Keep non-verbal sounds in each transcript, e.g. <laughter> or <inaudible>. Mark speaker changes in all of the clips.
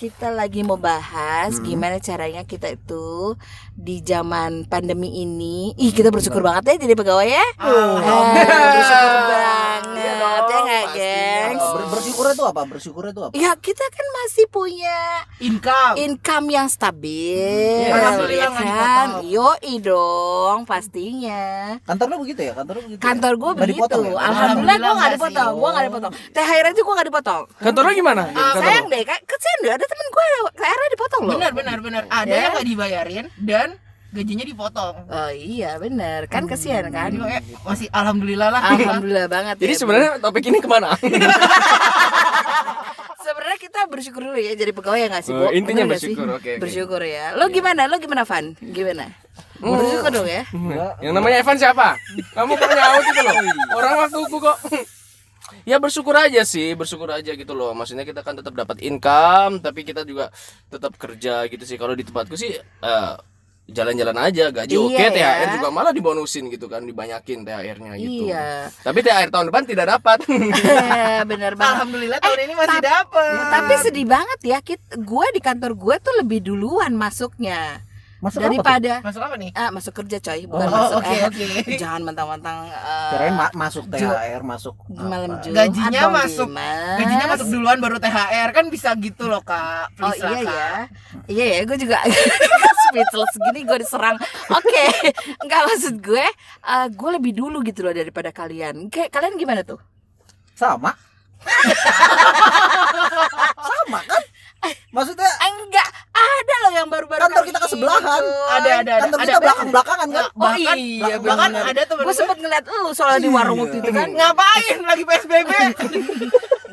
Speaker 1: kita lagi membahas gimana caranya kita itu di zaman pandemi ini. Ih, kita bersyukur banget ya jadi pegawai ya. Eh, bersyukur
Speaker 2: Iya
Speaker 1: banget
Speaker 2: dong,
Speaker 1: ya nggak,
Speaker 2: pastinya
Speaker 1: gengs?
Speaker 2: dong.
Speaker 3: Iya, Ber- bersyukurnya tuh apa? Bersyukurnya tuh apa?
Speaker 1: Ya kita kan masih punya
Speaker 2: Income.
Speaker 1: income yang stabil,
Speaker 2: Oh. Iya. Alhamdulillah
Speaker 1: ya
Speaker 2: nggak
Speaker 1: kan?
Speaker 2: dipotong.
Speaker 1: Yoi dong pastinya.
Speaker 3: Kantor lo begitu ya? Kantor lo begitu. ya?
Speaker 1: Kantor gue
Speaker 3: Nggak
Speaker 1: begitu.
Speaker 3: dipotong ya?
Speaker 1: Alhamdulillah gue nggak
Speaker 2: Alhamdulillah
Speaker 1: dipotong.
Speaker 2: nggak
Speaker 1: Gue nggak dipotong. THR aja gue nggak dipotong.
Speaker 4: Kantornya gimana? Kantor
Speaker 1: Sayang
Speaker 4: lo?
Speaker 1: deh, kan kesian deh ada temen gue THR dipotong loh.
Speaker 2: Benar benar benar. Ada
Speaker 1: Ya.
Speaker 2: yang nggak dibayarin dan gajinya dipotong.
Speaker 1: Oh iya bener kan kesian kan.
Speaker 2: Jadi <laughs> kayak masih alhamdulillah lah.
Speaker 1: Alhamdulillah banget.
Speaker 4: Jadi
Speaker 1: ya, Bu.
Speaker 4: sebenarnya topik ini kemana?
Speaker 1: sebenarnya kita bersyukur dulu ya jadi pegawai ya nggak sih? Bu?
Speaker 4: Eh, intinya
Speaker 1: Bener nggak sih?
Speaker 4: bersyukur, oke, Iya. oke.
Speaker 1: Bersyukur ya. Lo gimana? Lo gimana Van? Gimana?
Speaker 4: Hmm.
Speaker 1: Bersyukur dong ya.
Speaker 3: Nggak.
Speaker 4: Yang namanya Evan siapa? Kamu kok nyaut gitu loh. Orang waktu aku kok. Ya bersyukur aja sih, bersyukur aja gitu loh. Maksudnya kita kan tetap dapat income, tapi kita juga tetap kerja gitu sih. Kalau di tempatku sih eh, jalan-jalan aja, gaji
Speaker 1: Iya
Speaker 4: oke,
Speaker 1: ya.
Speaker 4: THR juga malah dibonusin gitu kan, dibanyakin THR-nya gitu.
Speaker 1: Iya.
Speaker 4: Tapi THR tahun depan tidak dapat.
Speaker 1: Eh, bener banget.
Speaker 2: Alhamdulillah tahun
Speaker 1: Eh,
Speaker 2: ini masih dapet.
Speaker 1: Tapi sedih banget ya, kit. Gue di kantor gue tuh lebih duluan masuknya
Speaker 3: Masuk apa? tuh?
Speaker 1: daripada
Speaker 2: Masuk apa nih?
Speaker 1: ah, masuk kerja coy, bukan
Speaker 2: Oh,
Speaker 1: masuk.
Speaker 2: oke,
Speaker 1: eh,
Speaker 2: oke.
Speaker 1: Jangan mentang-mentang eh,
Speaker 3: Kirain ma- masuk THR, masuk
Speaker 1: di malam
Speaker 3: apa.
Speaker 1: Jumat.
Speaker 2: Gajinya
Speaker 1: dong,
Speaker 2: masuk.
Speaker 1: Dimas.
Speaker 2: Gajinya masuk duluan baru THR kan bisa gitu loh kak.
Speaker 1: Oh
Speaker 2: Please
Speaker 1: iya
Speaker 2: lah, Kak.
Speaker 1: ya, iya ya, gue juga <laughs> speechless gini gue diserang. Oke, <laughs> nggak maksud gue, eh, gue lebih dulu gitu loh daripada kalian. Kayak kalian gimana tuh?
Speaker 3: Sama. <laughs> Sama kan? Maksudnya
Speaker 1: Enggak, ada loh yang baru-baru
Speaker 3: kantor kita kesebelahan.
Speaker 2: Ada ada ada.
Speaker 3: Kantor
Speaker 2: ada.
Speaker 3: kita belakang-belakangan kan?
Speaker 2: Nah, bahkan,
Speaker 1: iya,
Speaker 2: bahkan
Speaker 3: benar.
Speaker 2: ada temen
Speaker 1: Gue sempet ngeliat lu soalnya di warung waktu
Speaker 3: Iya.
Speaker 1: itu kan.
Speaker 2: ngapain lagi
Speaker 1: <laughs>
Speaker 2: PSBB?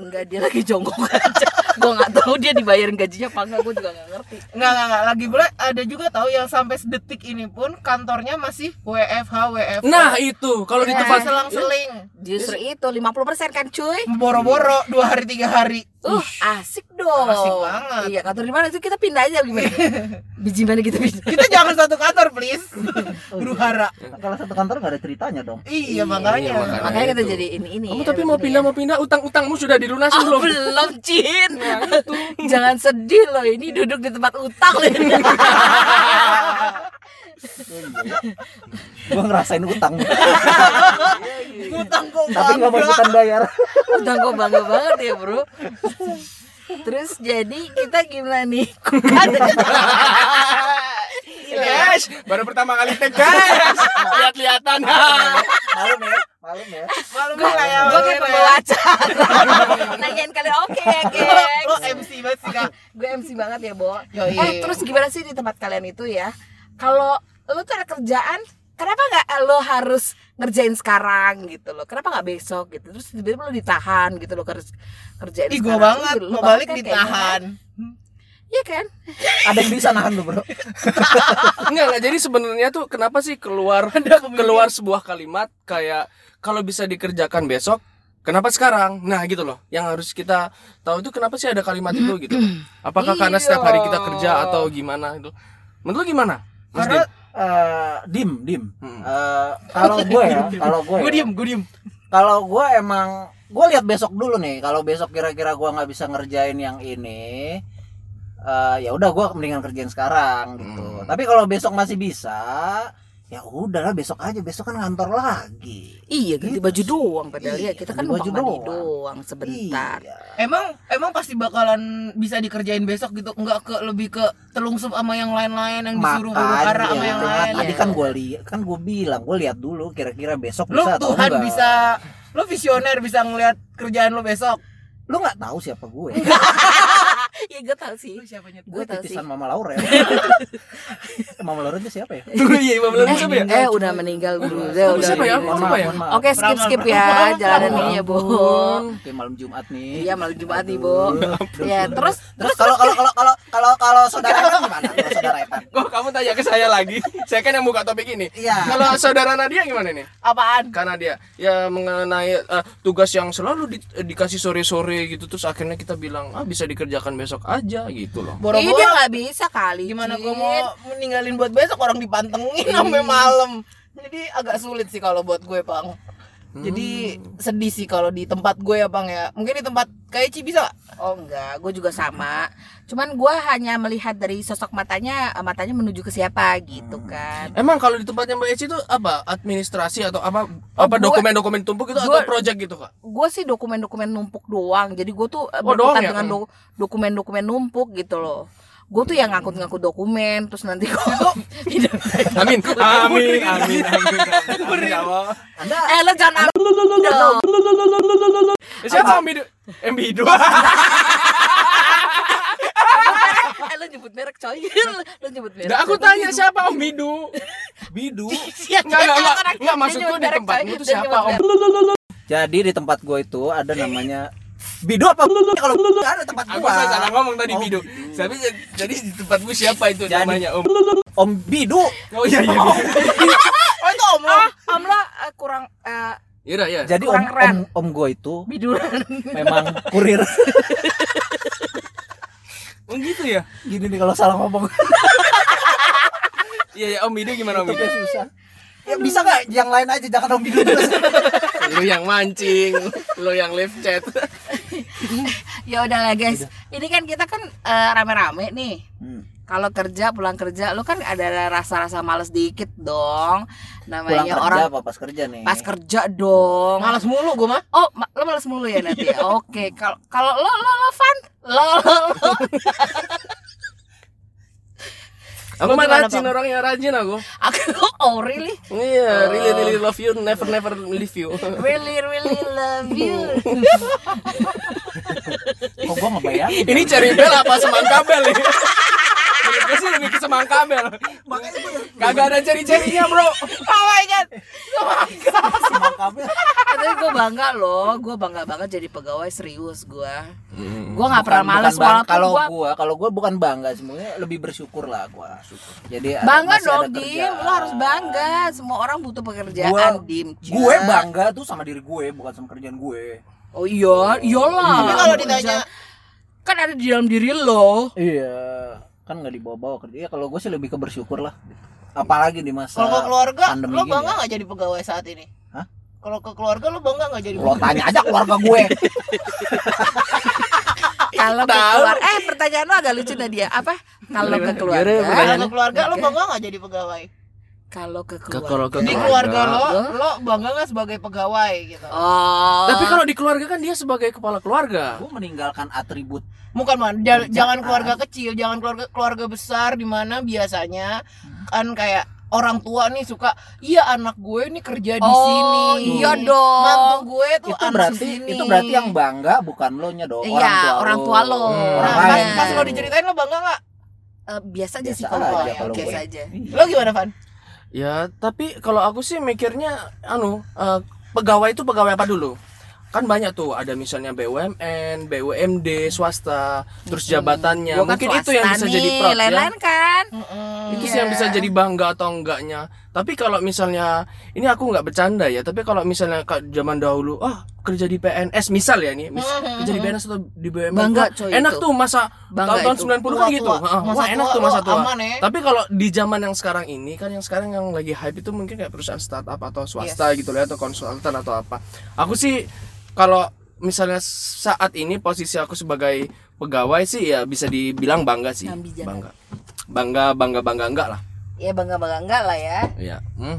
Speaker 1: Enggak, dia lagi jongkok aja. gue nggak tahu dia dibayarin gajinya apa enggak, gue juga nggak ngerti.
Speaker 2: Enggak, enggak, enggak. Lagi pula ada juga tahu yang sampai detik ini pun kantornya masih WFH, WFH.
Speaker 4: nah, itu kalau
Speaker 1: Iya.
Speaker 4: di
Speaker 2: Iya.
Speaker 4: tempat
Speaker 2: selang-seling.
Speaker 1: Justru itu 50% kan cuy.
Speaker 2: Boro-boro dua hari tiga hari.
Speaker 1: Uh, asik dong.
Speaker 2: Asik banget.
Speaker 1: Iya, kantor di mana itu kita pindah aja
Speaker 3: <laughs>
Speaker 1: gimana? Biji mana kita pindah?
Speaker 2: Kita jangan satu kantor, please. Ruhara.
Speaker 3: Kalau satu kantor nggak ada ceritanya dong.
Speaker 2: Iya, makanya.
Speaker 4: makanya. Nah,
Speaker 1: Makanya kita
Speaker 4: itu.
Speaker 1: jadi ini ini.
Speaker 4: Kamu tapi mau pindah mau pindah utang-utangmu sudah dilunasi
Speaker 1: Ah, belum
Speaker 4: belum? Nah,
Speaker 1: belum Cin. Jangan sedih loh ini duduk di tempat utang loh
Speaker 4: <laughs>
Speaker 1: ini.
Speaker 3: Gua ngerasain utang.
Speaker 2: Utang kok
Speaker 3: <laughs> Tapi nggak mau
Speaker 2: bangga.
Speaker 3: ikutan bayar. <laughs>
Speaker 1: Utang kok bangga banget ya, Bro. Terus jadi kita gimana nih?
Speaker 4: Guys, baru pertama kali take guys. <laughs> Lihat-lihatan.
Speaker 3: Malum ya, malum ya.
Speaker 2: Malu lah ya.
Speaker 1: Gue
Speaker 2: malu lah
Speaker 1: kayak pembawa
Speaker 2: ya.
Speaker 1: acara. <laughs> Nanyain kalian oke,
Speaker 2: Lo,
Speaker 4: <laughs>
Speaker 1: gengs.
Speaker 2: lo MC banget sih, Kak.
Speaker 1: gue MC banget ya, Bo.
Speaker 2: Yoi.
Speaker 1: Eh, terus gimana sih di tempat kalian itu ya? Kalau lu tuh ada kerjaan, kenapa nggak lo harus ngerjain sekarang gitu loh? Kenapa nggak besok gitu? Terus tiba-tiba lo ditahan gitu lo harus kerjain
Speaker 2: Ih, gua
Speaker 1: sekarang.
Speaker 2: banget.
Speaker 1: Ih, lo
Speaker 2: Mau balik
Speaker 1: kan kayak
Speaker 2: ditahan.
Speaker 1: gimana? Iya kan?
Speaker 3: Ada yang bisa nahan lu, Bro.
Speaker 4: Enggak, enggak. Jadi sebenarnya tuh kenapa sih <laughs> keluar keluar sebuah kalimat kayak kalau bisa dikerjakan besok, kenapa sekarang? Nah, gitu loh. Yang harus kita tahu itu kenapa sih ada kalimat itu gitu. loh. Apakah karena setiap hari kita kerja atau gimana itu? Menurut lu gimana? Mas
Speaker 2: Karena-
Speaker 4: Din?
Speaker 3: Eh, dim, dim.
Speaker 4: Hmm. <laughs>
Speaker 3: Eh,
Speaker 2: <laughs>
Speaker 3: kalau gue ya, kalau gue.
Speaker 2: Gue
Speaker 3: ya,
Speaker 2: diem, gue diem.
Speaker 3: Kalau gue emang gue lihat besok dulu nih. Kalau besok kira-kira gue nggak bisa ngerjain yang ini, eh ya udah gue mendingan kerjain sekarang gitu.
Speaker 4: Hmm.
Speaker 3: Tapi kalau besok masih bisa, ya udahlah besok aja. Besok kan kantor lagi.
Speaker 1: Iya, ganti baju doang padahal
Speaker 3: Iya,
Speaker 1: ya. Kita kan
Speaker 3: ganti baju
Speaker 1: numpang mandi
Speaker 3: doang.
Speaker 1: doang sebentar.
Speaker 3: Iya.
Speaker 2: Emang emang pasti bakalan bisa dikerjain besok gitu, enggak ke lebih ke telungsep sama yang lain-lain yang disuruh huru-hara
Speaker 3: Makanya
Speaker 2: sama yang lain.
Speaker 3: tadi kan gue lihat, kan gue bilang gue lihat dulu kira-kira besok
Speaker 2: Lu
Speaker 3: bisa atau
Speaker 2: Tuhan
Speaker 3: enggak.
Speaker 2: bisa lu visioner bisa ngelihat kerjaan lu besok.
Speaker 3: Lu nggak tahu siapa ya? gue.
Speaker 1: Iya, gue tau sih.
Speaker 2: Lu siapanya?
Speaker 3: gue
Speaker 1: Gue tau sih.
Speaker 3: titisan Mama Laura. ya. Mama Laura itu siapa ya?
Speaker 4: Iya, belum
Speaker 1: Eh,
Speaker 4: siapa ya?
Speaker 1: eh, udah meninggal dulu. Udah,
Speaker 4: Lu
Speaker 1: udah.
Speaker 4: siapa ya?
Speaker 3: Mohon
Speaker 4: Siapa
Speaker 3: maaf,
Speaker 4: ya?
Speaker 3: mohon maaf.
Speaker 1: Oke, skip skip ya jalanan ini ya, Bu.
Speaker 3: Oke, malam Jumat nih.
Speaker 1: Iya, malam Jumat nih, Bu. Ya, terus
Speaker 3: Terus kalau kalau kalau kalau kalau kalau saudara Evan gimana? Kalau saudara Evan.
Speaker 4: Kok kamu tanya ke saya lagi? saya kan yang buka topik ini.
Speaker 3: Iya.
Speaker 4: Kalau saudara Nadia gimana nih?
Speaker 2: Apaan?
Speaker 4: karena dia ya mengenai eh, tugas yang selalu di- eh, dikasih sore-sore gitu terus akhirnya kita bilang ah bisa dikerjakan besok aja gitu loh
Speaker 1: Ih, dia
Speaker 2: Boro-boro
Speaker 1: nggak bisa kali.
Speaker 2: gimana
Speaker 1: Cin.
Speaker 2: gua mau
Speaker 3: Hmm.
Speaker 2: meninggalin buat besok orang dipantengin sampai malam. Jadi agak sulit sih kalau buat gue, Bang. Jadi
Speaker 3: Hmm.
Speaker 2: sedih sih kalau di tempat gue ya Bang ya. Mungkin di tempat kayak Ci bisa.
Speaker 1: Oh enggak, gue juga sama. Cuman gue hanya melihat dari sosok matanya, eh, matanya menuju ke siapa gitu
Speaker 4: Hmm,
Speaker 1: kan.
Speaker 4: Emang kalau di tempatnya Mbak Eci itu apa? Administrasi atau apa
Speaker 1: Oh,
Speaker 4: apa
Speaker 1: gua-
Speaker 4: dokumen-dokumen tumpuk itu atau
Speaker 1: gua-
Speaker 4: project gitu, Kak?
Speaker 1: Gue sih dokumen-dokumen numpuk doang. Jadi gue tuh eh,
Speaker 4: Oh, doang ya?
Speaker 1: berkutat dengan do- dokumen-dokumen numpuk gitu loh. Gue tuh
Speaker 4: Hmm.
Speaker 1: yang ngangkut-ngangkut dokumen, terus nanti
Speaker 4: <laughs>
Speaker 1: gue <laughs>
Speaker 4: Amin. Amin. Amin. Amin. Amin. Ya Allah.
Speaker 3: Anda
Speaker 1: Eh lo jangan
Speaker 4: Eh, Siapa Ambidu? Ambidu.
Speaker 1: <laughs> Eh lo nyebut merek coy <laughs> Lo nyebut merek
Speaker 4: Nah, aku tanya siapa Om
Speaker 1: <laughs>
Speaker 4: Bidu? Bidu. Enggak enggak enggak. Enggak maksudku di tempatmu itu siapa Om?
Speaker 3: Jadi di tempat gua itu ada namanya Bidu apa kalau nggak ada tempat
Speaker 4: Aku
Speaker 3: gua.
Speaker 4: salah salah ngomong tadi
Speaker 3: Oh,
Speaker 4: Bidu. Tapi j- jadi di tempatmu siapa itu
Speaker 3: Jadi-
Speaker 4: namanya Om?
Speaker 3: Om Bidu.
Speaker 4: Oh iya iya. <laughs>
Speaker 2: Oh itu Om.
Speaker 1: Ah, om lo eh, kurang eh,
Speaker 4: Iya iya.
Speaker 3: Jadi om,
Speaker 1: Kurang
Speaker 3: om
Speaker 1: keren.
Speaker 3: om gua itu
Speaker 1: biduran
Speaker 3: memang kurir. <laughs>
Speaker 4: Oh gitu ya.
Speaker 3: Gini nih kalau salah ngomong
Speaker 4: Iya ya Om Bidu gimana Om Bidu? <laughs>
Speaker 3: Tutupnya susah. Ya bisa nggak yang lain aja jangan Om Bidu terus.
Speaker 4: Lu yang mancing, lu yang live <laughs> chat.
Speaker 1: <laughs> ya udahlah guys ini kan kita kan eh, rame-rame nih kalau kerja pulang kerja lu kan ada rasa-rasa males dikit dong
Speaker 3: Pulang
Speaker 1: namanya
Speaker 3: kerja
Speaker 1: orang
Speaker 3: apa pas kerja nih?
Speaker 1: pas kerja dong
Speaker 2: Malas mulu gue mah.
Speaker 1: oh ma- lo males mulu ya nanti
Speaker 3: <laughs>
Speaker 1: ya? oke kalau kalau lo lo lo fan lo lo lo
Speaker 4: Aku
Speaker 1: Lu
Speaker 4: mah
Speaker 1: gimana,
Speaker 4: rajin
Speaker 1: Bang?
Speaker 4: orang yang rajin aku.
Speaker 1: aku <laughs> oh really
Speaker 4: Iya, really really love you, never never leave you. <laughs>
Speaker 1: really really love
Speaker 3: <laughs>
Speaker 1: you
Speaker 3: Kok gua ngebayangin?
Speaker 4: Ini cari bel apa semangkabel ya? <laughs> Menurut gue sih lebih ke semangkabel. Kagak ada ceri-cerinya bro.
Speaker 1: oh my god <laughs>
Speaker 3: Semangkabel.
Speaker 1: tapi gue bangga loh gue bangga banget jadi pegawai serius gue gue nggak
Speaker 3: Bukan-
Speaker 1: pernah males
Speaker 3: bukan
Speaker 1: walaupun
Speaker 3: bang- kalau
Speaker 1: gue
Speaker 3: gua kalau gua bukan bangga semuanya lebih bersyukur lah gua. Jadi ada-
Speaker 1: bangga
Speaker 3: masih ada
Speaker 1: dong dim
Speaker 3: kerjaan.
Speaker 1: lo harus bangga semua orang butuh pekerjaan
Speaker 3: Gua-
Speaker 1: dim ya. Cak.
Speaker 3: Gue bangga tuh sama diri gue bukan sama kerjaan gue.
Speaker 1: oh iya iyalah
Speaker 2: Tapi
Speaker 3: Ah,
Speaker 2: kalau
Speaker 1: Pekerjaan-
Speaker 2: ditanya
Speaker 1: kan ada di dalam diri lo
Speaker 3: Iya, kan nggak dibawa-bawa kerja. Ya kalau gue sih lebih ke bersyukur lah. Apalagi di masa
Speaker 2: kalau ke keluarga
Speaker 3: pandemi
Speaker 2: lo
Speaker 3: gini
Speaker 2: bangga
Speaker 3: ya.
Speaker 2: nggak jadi pegawai saat ini?
Speaker 3: Hah?
Speaker 2: Kalau ke keluarga lo bangga nggak jadi
Speaker 3: Lo tanya aja keluarga gue.
Speaker 1: Ah,
Speaker 2: Iya,
Speaker 1: kalau ke keluar eh pertanyaan lo agak lucu Nadia apa kalau ke keluarga
Speaker 4: Gimana
Speaker 3: kan?
Speaker 2: Kalau
Speaker 4: pertanyaannya?
Speaker 2: ke keluarga lo
Speaker 1: Oke.
Speaker 2: bangga nggak jadi pegawai?
Speaker 1: kalau ke
Speaker 4: Ke-
Speaker 1: keluarga
Speaker 4: Kalau ke
Speaker 2: Di keluarga lo, lo bangga nggak sebagai pegawai gitu?
Speaker 1: oh
Speaker 4: Tapi kalau di keluarga kan dia sebagai kepala keluarga.
Speaker 3: gue meninggalkan atribut
Speaker 2: Bukan man, ja- jangan keluarga
Speaker 1: ah.
Speaker 2: kecil, jangan keluarga keluarga besar di mana biasanya kan kayak orang tua nih suka, iya anak gue nih kerja di
Speaker 1: Oh,
Speaker 2: sini.
Speaker 1: iya dong.
Speaker 2: Mantu gue tuh
Speaker 3: itu
Speaker 2: anak
Speaker 3: berarti
Speaker 2: di sini.
Speaker 3: itu berarti yang bangga bukan lo nya dong
Speaker 1: Iya, orang tua lo.
Speaker 3: Hmm, orang
Speaker 2: Nah, pas,
Speaker 3: lain.
Speaker 2: pas lo diceritain lo bangga nggak?
Speaker 1: Eh, biasa aja
Speaker 3: Biasa
Speaker 1: sih kalau
Speaker 3: aja
Speaker 1: keluarga,
Speaker 3: kalau
Speaker 1: biasa
Speaker 3: gue.
Speaker 1: aja
Speaker 2: Lo gimana Van?
Speaker 4: Ya, tapi kalau aku sih mikirnya, anu, eh, pegawai itu pegawai apa dulu? Kan banyak tuh, ada misalnya BUMN, BUMD, swasta, terus jabatannya.
Speaker 1: Gua kan
Speaker 4: Ya, Mungkin itu yang
Speaker 1: swasta
Speaker 4: bisa jadi
Speaker 1: nih,
Speaker 4: proud ya.
Speaker 1: lain-lain kan
Speaker 4: Itu sih yang
Speaker 1: Iya.
Speaker 4: bisa jadi bangga atau enggaknya. Tapi kalau misalnya, ini aku nggak bercanda ya, tapi kalau misalnya ka- zaman dahulu, ah kerja di PNS, misal ya nih, mis- kerja di PNS atau di BUMN.
Speaker 1: Hmm, Bangga,
Speaker 4: wah,
Speaker 1: coy,
Speaker 4: Enak
Speaker 1: itu.
Speaker 4: tuh masa
Speaker 1: Bangga
Speaker 4: tahun-tahun
Speaker 1: itu.
Speaker 4: 90 kan
Speaker 2: Tua,
Speaker 4: gitu.
Speaker 2: tua.
Speaker 4: Heeh.
Speaker 2: Masa
Speaker 4: Wah, enak
Speaker 2: tua
Speaker 4: tuh masa
Speaker 1: Oh,
Speaker 2: lo
Speaker 4: tua.
Speaker 2: aman ya.
Speaker 4: Tapi kalau di zaman yang sekarang ini kan yang sekarang yang lagi hype itu mungkin kayak perusahaan startup atau swasta gitu lah atau konsultan atau apa. Aku sih kalau misalnya saat ini posisi aku sebagai pegawai sih ya bisa dibilang bangga sih.
Speaker 1: Nyambi jangan.
Speaker 4: Bangga. Bangga bangga bangga enggak lah.
Speaker 1: ya bangga bangga enggak lah ya
Speaker 4: Iya. Hmm.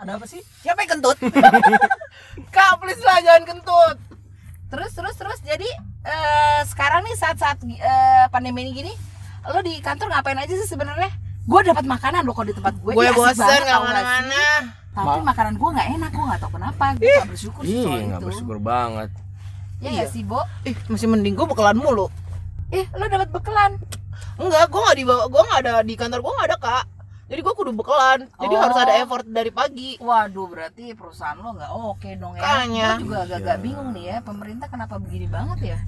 Speaker 3: ada apa sih siapa yang kentut
Speaker 2: Kak please lah jangan kentut.
Speaker 1: terus terus terus jadi eh, sekarang nih saat saat eh, pandemi ini gini lo di kantor ngapain aja sih sebenarnya gue dapat makanan lo kok di tempat gue
Speaker 2: Gue
Speaker 1: Ih, asik
Speaker 2: bosan
Speaker 1: banget,
Speaker 2: nggak
Speaker 1: tau gak
Speaker 2: mana-mana.
Speaker 1: sih? tapi makanan gue nggak enak gue nggak tau kenapa gue nggak bersyukur sih soal
Speaker 4: Ih, enggak
Speaker 1: itu
Speaker 4: bersyukur Iya. banget.
Speaker 1: ya nggak sih bo
Speaker 2: Ih masih mending gue bekalan mulu.
Speaker 1: ih lo dapat bekalan
Speaker 2: Enggak, gue nggak dibawa, gue nggak ada di kantor gue nggak ada kak. Jadi gue kudu bekalan. Jadi
Speaker 1: Oh.
Speaker 2: harus ada effort dari pagi.
Speaker 1: waduh berarti perusahaan lo nggak oke dong ya
Speaker 2: Makanya.
Speaker 1: gue juga
Speaker 4: Iya.
Speaker 1: agak-agak bingung nih ya pemerintah kenapa begini banget ya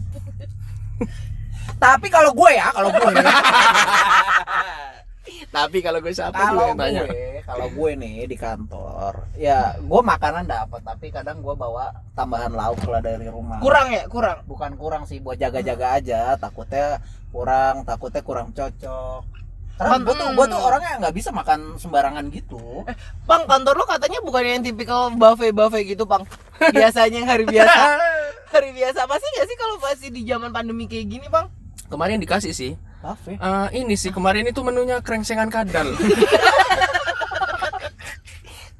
Speaker 3: tapi kalau gue ya kalau gue
Speaker 4: Tapi kalau gue siapa juga
Speaker 3: kalau
Speaker 4: yang tanya.
Speaker 3: gue kalau gue nih di kantor ya gue makanan dapat tapi kadang gue bawa tambahan lauk lah dari rumah
Speaker 2: Kurang ya, kurang.
Speaker 3: bukan kurang sih buat jaga-jaga aja takutnya kurang takutnya kurang cocok karena gue tuh gue
Speaker 2: Hmm.
Speaker 3: tuh orangnya nggak bisa makan sembarangan gitu
Speaker 2: Eh. Pang, kantor lo katanya bukan yang tipikal buffet-buffet gitu, Pang. Biasanya yang hari biasa. hari biasa pasti nggak sih kalau masih di zaman pandemi kayak gini, Pang?
Speaker 4: Kemarin dikasih sih.
Speaker 3: Buffet.
Speaker 4: Eh, ini sih kemarin itu menunya krengsengan kadal.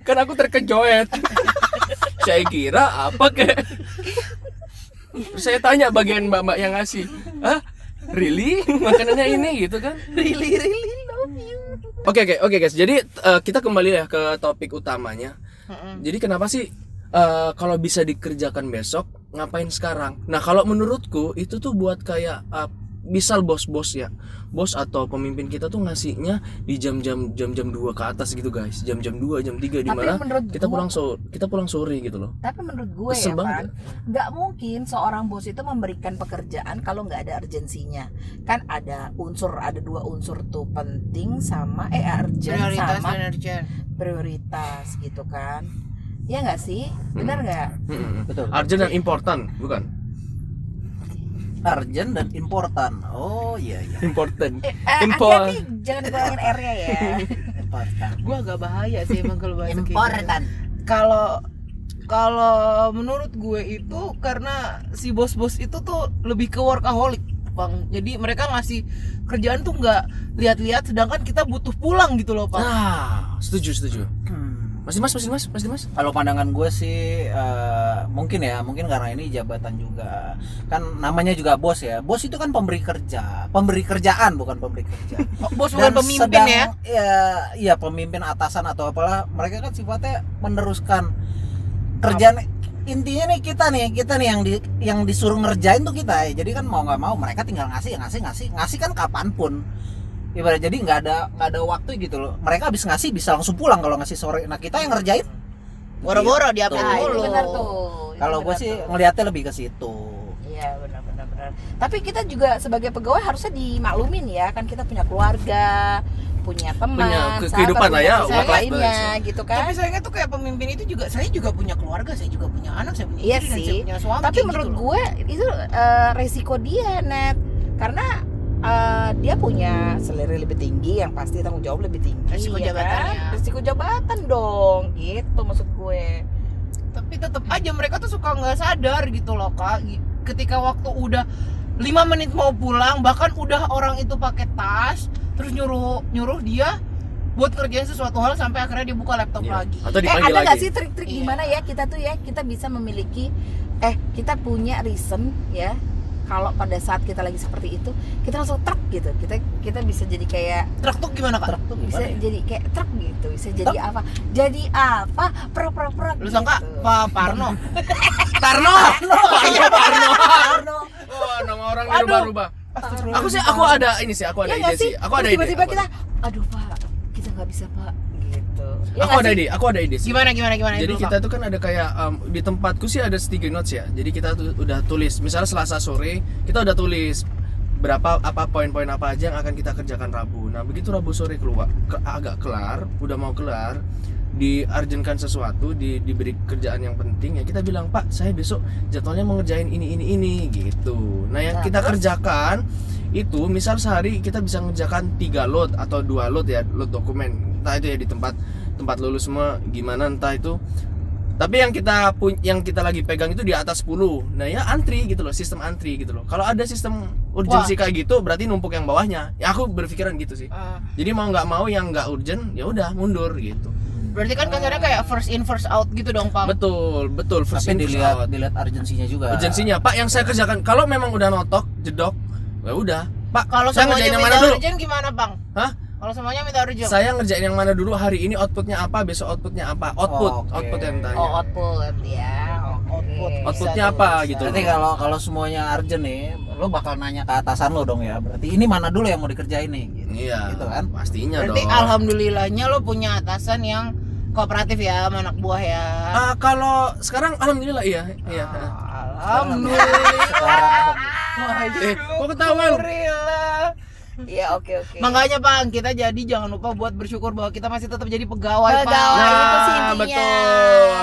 Speaker 4: kan aku terkejoet. saya kira apa kek? Terus saya tanya bagian mbak-mbak yang ngasih, ah really <laughs> makanannya ini gitu kan?
Speaker 2: Really, really love you.
Speaker 4: Oke oke oke guys. Jadi eh, kita kembali ya ke topik utamanya. Jadi kenapa sih eh, kalau bisa dikerjakan besok ngapain sekarang? Nah kalau menurutku itu tuh buat kayak eh, misal bos-bos ya, bos atau pemimpin kita tuh ngasihnya di jam-jam jam-jam dua ke atas gitu guys, jam-jam 2 jam 3 di
Speaker 1: Tapi
Speaker 4: mana
Speaker 1: menurut
Speaker 4: kita
Speaker 1: gua-
Speaker 4: pulang sore kita pulang sore gitu loh.
Speaker 1: Tapi menurut gue
Speaker 4: Kesel
Speaker 1: ya
Speaker 4: banget.
Speaker 1: kan, nggak mungkin seorang bos itu memberikan pekerjaan kalau nggak ada urgensinya. Kan ada unsur, ada dua unsur tuh penting sama eh urgent
Speaker 2: Prioritas
Speaker 4: ya.
Speaker 1: sama
Speaker 2: dan urgent.
Speaker 1: prioritas gitu kan. Ya nggak sih, benar nggak?
Speaker 4: Mm-mm.
Speaker 3: Betul.
Speaker 4: Urgent dan important bukan?
Speaker 3: urgent dan important oh iya iya
Speaker 4: Important.
Speaker 1: Eh, eh,
Speaker 4: Impor.
Speaker 1: hati-hati, jangan kurangin area
Speaker 3: <laughs>
Speaker 1: ya.
Speaker 3: important
Speaker 2: Gua agak bahaya sih emang kalau bahasa kayak gitu.
Speaker 3: important
Speaker 2: kalau kalau menurut gue itu karena si bos-bos itu tuh lebih ke workaholic bang jadi mereka ngasih kerjaan tuh nggak lihat-lihat sedangkan kita butuh pulang gitu loh pak
Speaker 4: Nah, setuju setuju.
Speaker 3: Hmm.
Speaker 4: Mas Dimas, Mas Dimas, Mas Dimas.
Speaker 3: kalau pandangan gue sih eh, mungkin ya mungkin karena ini jabatan juga kan namanya juga bos ya bos itu kan pemberi kerja pemberi kerjaan bukan pemberi kerja
Speaker 1: Nah,
Speaker 2: Oh, bos bukan
Speaker 3: Dan
Speaker 2: pemimpin
Speaker 3: sedang-
Speaker 2: ya
Speaker 3: iya iya, pemimpin atasan atau apalah mereka kan sifatnya meneruskan kerjaan intinya nih kita nih kita nih yang di yang disuruh ngerjain tuh kita ya jadi kan mau nggak mau mereka tinggal ngasih ya ngasih ngasih ngasih kan kapanpun ibarat jadi nggak ada nggak ada waktu gitu loh mereka habis ngasih bisa langsung pulang kalau ngasih sore nah kita yang ngerjain Gitu.
Speaker 2: boro-boro di
Speaker 1: Nah,
Speaker 2: apa
Speaker 1: itu
Speaker 2: dulu
Speaker 1: benar tuh. Itu
Speaker 3: kalau gue
Speaker 1: benar
Speaker 3: sih
Speaker 1: tuh.
Speaker 3: ngelihatnya lebih ke situ
Speaker 1: Iya benar benar benar. Tapi kita juga sebagai pegawai harusnya dimaklumin ya kan kita punya keluarga, punya teman,
Speaker 4: Punya ke-
Speaker 1: sahabat,
Speaker 4: kehidupan lah
Speaker 1: punya
Speaker 4: ya,
Speaker 1: perusahaan
Speaker 4: work life
Speaker 1: lainnya
Speaker 4: balance.
Speaker 1: gitu kan.
Speaker 2: tapi sayangnya tuh kayak pemimpin itu juga saya juga punya keluarga saya juga punya anak saya punya
Speaker 1: Iya
Speaker 2: istri dan
Speaker 1: sih.
Speaker 2: saya punya suami
Speaker 1: Tapi
Speaker 2: kayak
Speaker 1: menurut
Speaker 2: gitu loh.
Speaker 1: gue itu eh, resiko dia net karena eh, dia punya selera lebih tinggi yang pasti tanggung jawab lebih tinggi.
Speaker 2: Resiko
Speaker 1: ya kan?
Speaker 2: jabatannya.
Speaker 1: Resiko jabatan dong gitu maksud gue.
Speaker 2: tapi tetap aja mereka tuh suka nggak sadar gitu loh kak Gi- ketika waktu udah lima menit mau pulang bahkan udah orang itu pakai tas terus nyuruh nyuruh dia buat kerjain sesuatu hal sampai akhirnya dia buka laptop
Speaker 4: Iya.
Speaker 2: lagi
Speaker 4: Atau
Speaker 1: Eh
Speaker 4: dipanggil
Speaker 1: ada nggak
Speaker 4: lagi.
Speaker 1: sih trik-trik
Speaker 2: Iya.
Speaker 1: gimana ya kita tuh ya kita bisa memiliki eh kita punya reason ya kalau pada saat kita lagi seperti itu kita langsung truk gitu kita kita bisa jadi kayak
Speaker 2: truk tuh gimana kak
Speaker 3: truk tuh
Speaker 1: bisa
Speaker 3: gimana ya?
Speaker 1: jadi kayak truk gitu bisa jadi apa jadi apa gitu. pro pro pro
Speaker 2: lu sangka Pak ya? Oh, Parno
Speaker 4: Tarno.
Speaker 1: Iya,
Speaker 4: <laughs>
Speaker 1: Parno
Speaker 4: Wah, nama orang
Speaker 1: Aduh.
Speaker 4: berubah-ubah. Aku sih aku ada ini sih, aku ada
Speaker 1: ya
Speaker 4: ide
Speaker 1: nggak
Speaker 4: sih.
Speaker 1: sih
Speaker 4: Aku ada
Speaker 1: Terus
Speaker 4: ide.
Speaker 1: tiba-tiba
Speaker 4: aku
Speaker 1: kita
Speaker 4: ada-
Speaker 1: aduh pak kita nggak bisa pak gitu Ya
Speaker 4: Aku
Speaker 1: nggak
Speaker 4: ada
Speaker 1: sih?
Speaker 4: ide, aku ada ide Iya sih.
Speaker 2: gimana gimana gimana
Speaker 4: Jadi
Speaker 2: Dulu,
Speaker 4: kita
Speaker 2: Kak.
Speaker 4: tuh kan ada kayak um, di tempatku sih ada sticky notes ya. Jadi kita tuh udah tulis. Misalnya Selasa sore kita udah tulis berapa apa poin-poin apa aja yang akan kita kerjakan Rabu. Nah begitu Rabu sore keluar ke- agak kelar, udah mau kelar, diarjenkan sesuatu, di, diberi kerjaan yang penting ya kita bilang Pak saya besok jadwalnya mau ngerjain ini ini ini gitu. Nah yang
Speaker 1: Nah,
Speaker 4: kita
Speaker 1: terus?
Speaker 4: kerjakan itu misal sehari kita bisa ngerjakan tiga load atau dua load ya load dokumen entah itu ya di tempat tempat lulus semua gimana entah itu tapi yang kita pun yang kita lagi pegang itu di atas 10 nah ya antri gitu loh sistem antri gitu loh kalau ada sistem urgensi kayak gitu berarti numpuk yang bawahnya ya aku berpikiran gitu sih
Speaker 2: Ah,
Speaker 4: jadi mau nggak mau yang nggak urgent ya udah mundur gitu
Speaker 2: berarti kan kasarnya kayak first in first out gitu dong Pak
Speaker 4: betul betul first
Speaker 3: tapi
Speaker 4: in, first out.
Speaker 3: dilihat dilihat urgensinya juga
Speaker 4: urgensinya pak yang saya kerjakan kalau memang udah notok jedok ya udah pak
Speaker 2: kalau
Speaker 4: saya
Speaker 2: semuanya
Speaker 4: ngerjain yang
Speaker 2: minta
Speaker 4: mana dulu
Speaker 2: urgent Iya. gimana Bang
Speaker 4: Hah?
Speaker 2: kalau semuanya minta urgent
Speaker 4: saya ngerjain yang mana dulu hari ini outputnya apa besok outputnya apa output
Speaker 3: Oke.
Speaker 4: output yang tanya
Speaker 1: oh output ya oke
Speaker 2: Output.
Speaker 4: outputnya
Speaker 2: bisa
Speaker 4: apa
Speaker 2: tuh, bisa.
Speaker 4: gitu
Speaker 3: Berarti kalau kalau semuanya urgent nih, lo bakal nanya ke atasan lo dong ya. Berarti ini mana dulu yang mau dikerjain nih? Gitu,
Speaker 4: iya
Speaker 3: gitu kan?
Speaker 4: pastinya
Speaker 2: berarti
Speaker 4: dong
Speaker 2: alhamdulillahnya lo punya atasan yang kooperatif ya sama anak buah ya
Speaker 4: Ah, kalau sekarang alhamdulillah iya iya
Speaker 3: Sekarang
Speaker 4: eh kok ketahuan
Speaker 2: Alhamdulillah.
Speaker 1: ya oke oke
Speaker 2: Makanya Bang, kita jadi jangan lupa buat bersyukur bahwa kita masih tetap jadi pegawai,
Speaker 1: Pegawai.
Speaker 2: Pak.
Speaker 1: Nah, itu sih intinya.
Speaker 4: betul.
Speaker 1: Benar,
Speaker 4: buat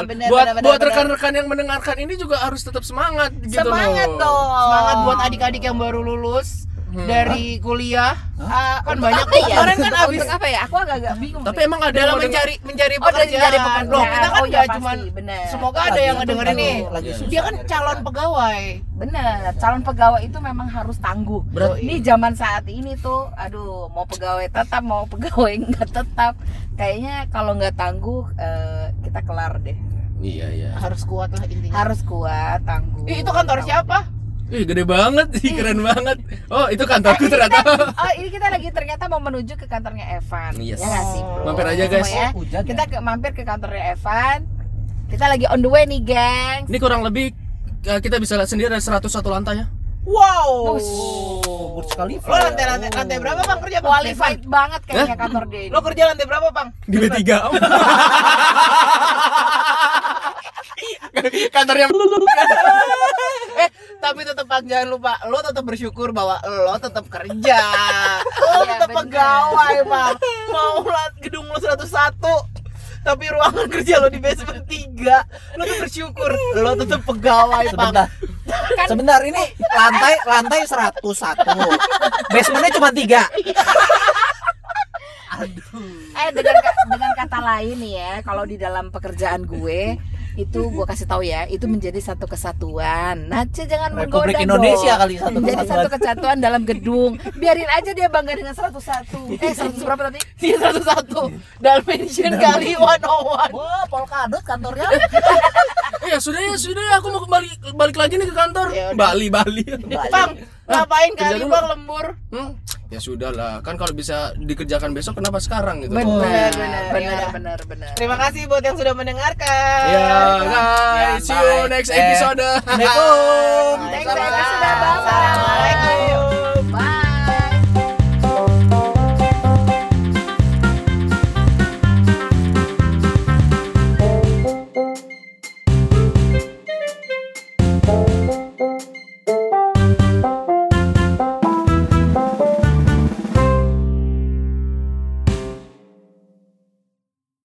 Speaker 1: benar, benar,
Speaker 4: buat
Speaker 1: benar.
Speaker 4: rekan-rekan yang mendengarkan ini juga harus tetap semangat gitu
Speaker 1: semangat
Speaker 4: loh.
Speaker 1: dong
Speaker 2: Semangat buat adik-adik yang baru lulus. dari kuliah ah, kan banyak
Speaker 1: Apa
Speaker 2: tuh
Speaker 1: ya?
Speaker 2: kemarin kan abis
Speaker 1: Untuk apa ya? Aku agak-agak bingung.
Speaker 4: Tapi
Speaker 1: deh.
Speaker 4: emang ada
Speaker 2: dalam
Speaker 4: yang mau dengar-
Speaker 2: mencari mencari
Speaker 1: Oh, dari
Speaker 2: pekerjaan.
Speaker 1: dari pekerjaan.
Speaker 2: Loh, kita kan
Speaker 1: Oh,
Speaker 2: nggak
Speaker 1: iya, pasti.
Speaker 2: cuman
Speaker 1: Bener.
Speaker 2: semoga ada yang ngedengerin
Speaker 3: ini
Speaker 2: nih.
Speaker 3: lagi susah
Speaker 2: Dia kan
Speaker 3: nyari
Speaker 2: calon
Speaker 3: kerjaan.
Speaker 2: pegawai.
Speaker 1: Bener, calon pegawai itu memang harus tangguh.
Speaker 4: Berat.
Speaker 1: Ini zaman saat ini tuh, aduh, mau pegawai tetap, mau pegawai <laughs> nggak tetap. Kayaknya kalau nggak tangguh, eh, kita kelar deh.
Speaker 4: Iya iya.
Speaker 2: Harus kuat lah intinya.
Speaker 1: Harus kuat, tangguh.
Speaker 2: Ih, itu kantor
Speaker 1: Tangguh.
Speaker 2: siapa?
Speaker 4: Ih gede banget, Ih, keren banget. Oh itu kantorku ternyata.
Speaker 1: Oh, ini kita lagi ternyata mau menuju ke kantornya Evan.
Speaker 4: Yes.
Speaker 1: Ya nggak sih,
Speaker 2: Oh.
Speaker 1: Bro?
Speaker 4: Mampir aja, guys.
Speaker 1: Semua ya.
Speaker 3: Hujan ya?
Speaker 1: Kita ke, mampir ke kantornya Evan. Kita lagi on the way nih, geng.
Speaker 4: Ini kurang lebih eh, kita bisa lihat sendiri ada 101 lantai ya.
Speaker 2: Wow.
Speaker 3: Oh, Burj Khalifa.
Speaker 2: Lo lantai lantai lantai berapa bang kerja bang?
Speaker 1: Qualified banget kayaknya
Speaker 4: Hah?
Speaker 1: kantor dia ini.
Speaker 2: Lo kerja lantai berapa bang?
Speaker 4: Di B3. <laughs> Kantornya
Speaker 2: Eh tapi tetap Bang, jangan lupa lo tetap bersyukur bahwa lo tetap kerja. Lo
Speaker 1: Iya,
Speaker 2: tetap
Speaker 1: bener.
Speaker 2: pegawai bang. Mau lah gedung lo 101 tapi ruangan kerja lo di basement 3 lo tuh bersyukur lo tetap pegawai bang
Speaker 3: Sebentar. Sebentar ini lantai lantai 101. Basementnya cuma 3.
Speaker 1: Eh dengan ka- dengan kata lain nih ya, kalau di dalam pekerjaan gue itu gue kasih tahu ya, itu menjadi satu kesatuan. Nah, Ci, jangan
Speaker 3: Republik
Speaker 1: menggoda
Speaker 3: Indonesia
Speaker 1: dong.
Speaker 3: kali ya, satu
Speaker 1: Menjadi
Speaker 3: kesatuan.
Speaker 1: satu kesatuan dalam gedung. Biarin aja dia bangga dengan
Speaker 3: <laughs>
Speaker 1: 101. Eh, 100 berapa tadi?
Speaker 2: di 101 Dalmatian kali 101
Speaker 3: Wah, polkadot kantornya.
Speaker 4: Ya sudah ya sudah aku mau kembali balik lagi nih ke kantor.
Speaker 2: Ya udah.
Speaker 4: Bali Bali.
Speaker 2: Bang, ngapain
Speaker 4: kerja
Speaker 2: kali
Speaker 4: dulu.
Speaker 2: bang lembur?
Speaker 4: Hmm, ya sudah lah kan kalau bisa dikerjakan besok kenapa sekarang gitu.
Speaker 1: Benar,
Speaker 2: benar,
Speaker 3: Ya
Speaker 1: benar,
Speaker 2: yaudah.
Speaker 1: benar, benar.
Speaker 2: Terima kasih buat yang sudah mendengarkan.
Speaker 4: Ya guys, see you
Speaker 3: bye.
Speaker 4: next
Speaker 3: Eh,
Speaker 4: episode.
Speaker 3: Assalamualaikum.
Speaker 1: Thanks, Bang. Sudah, Bang.
Speaker 2: Assalamualaikum.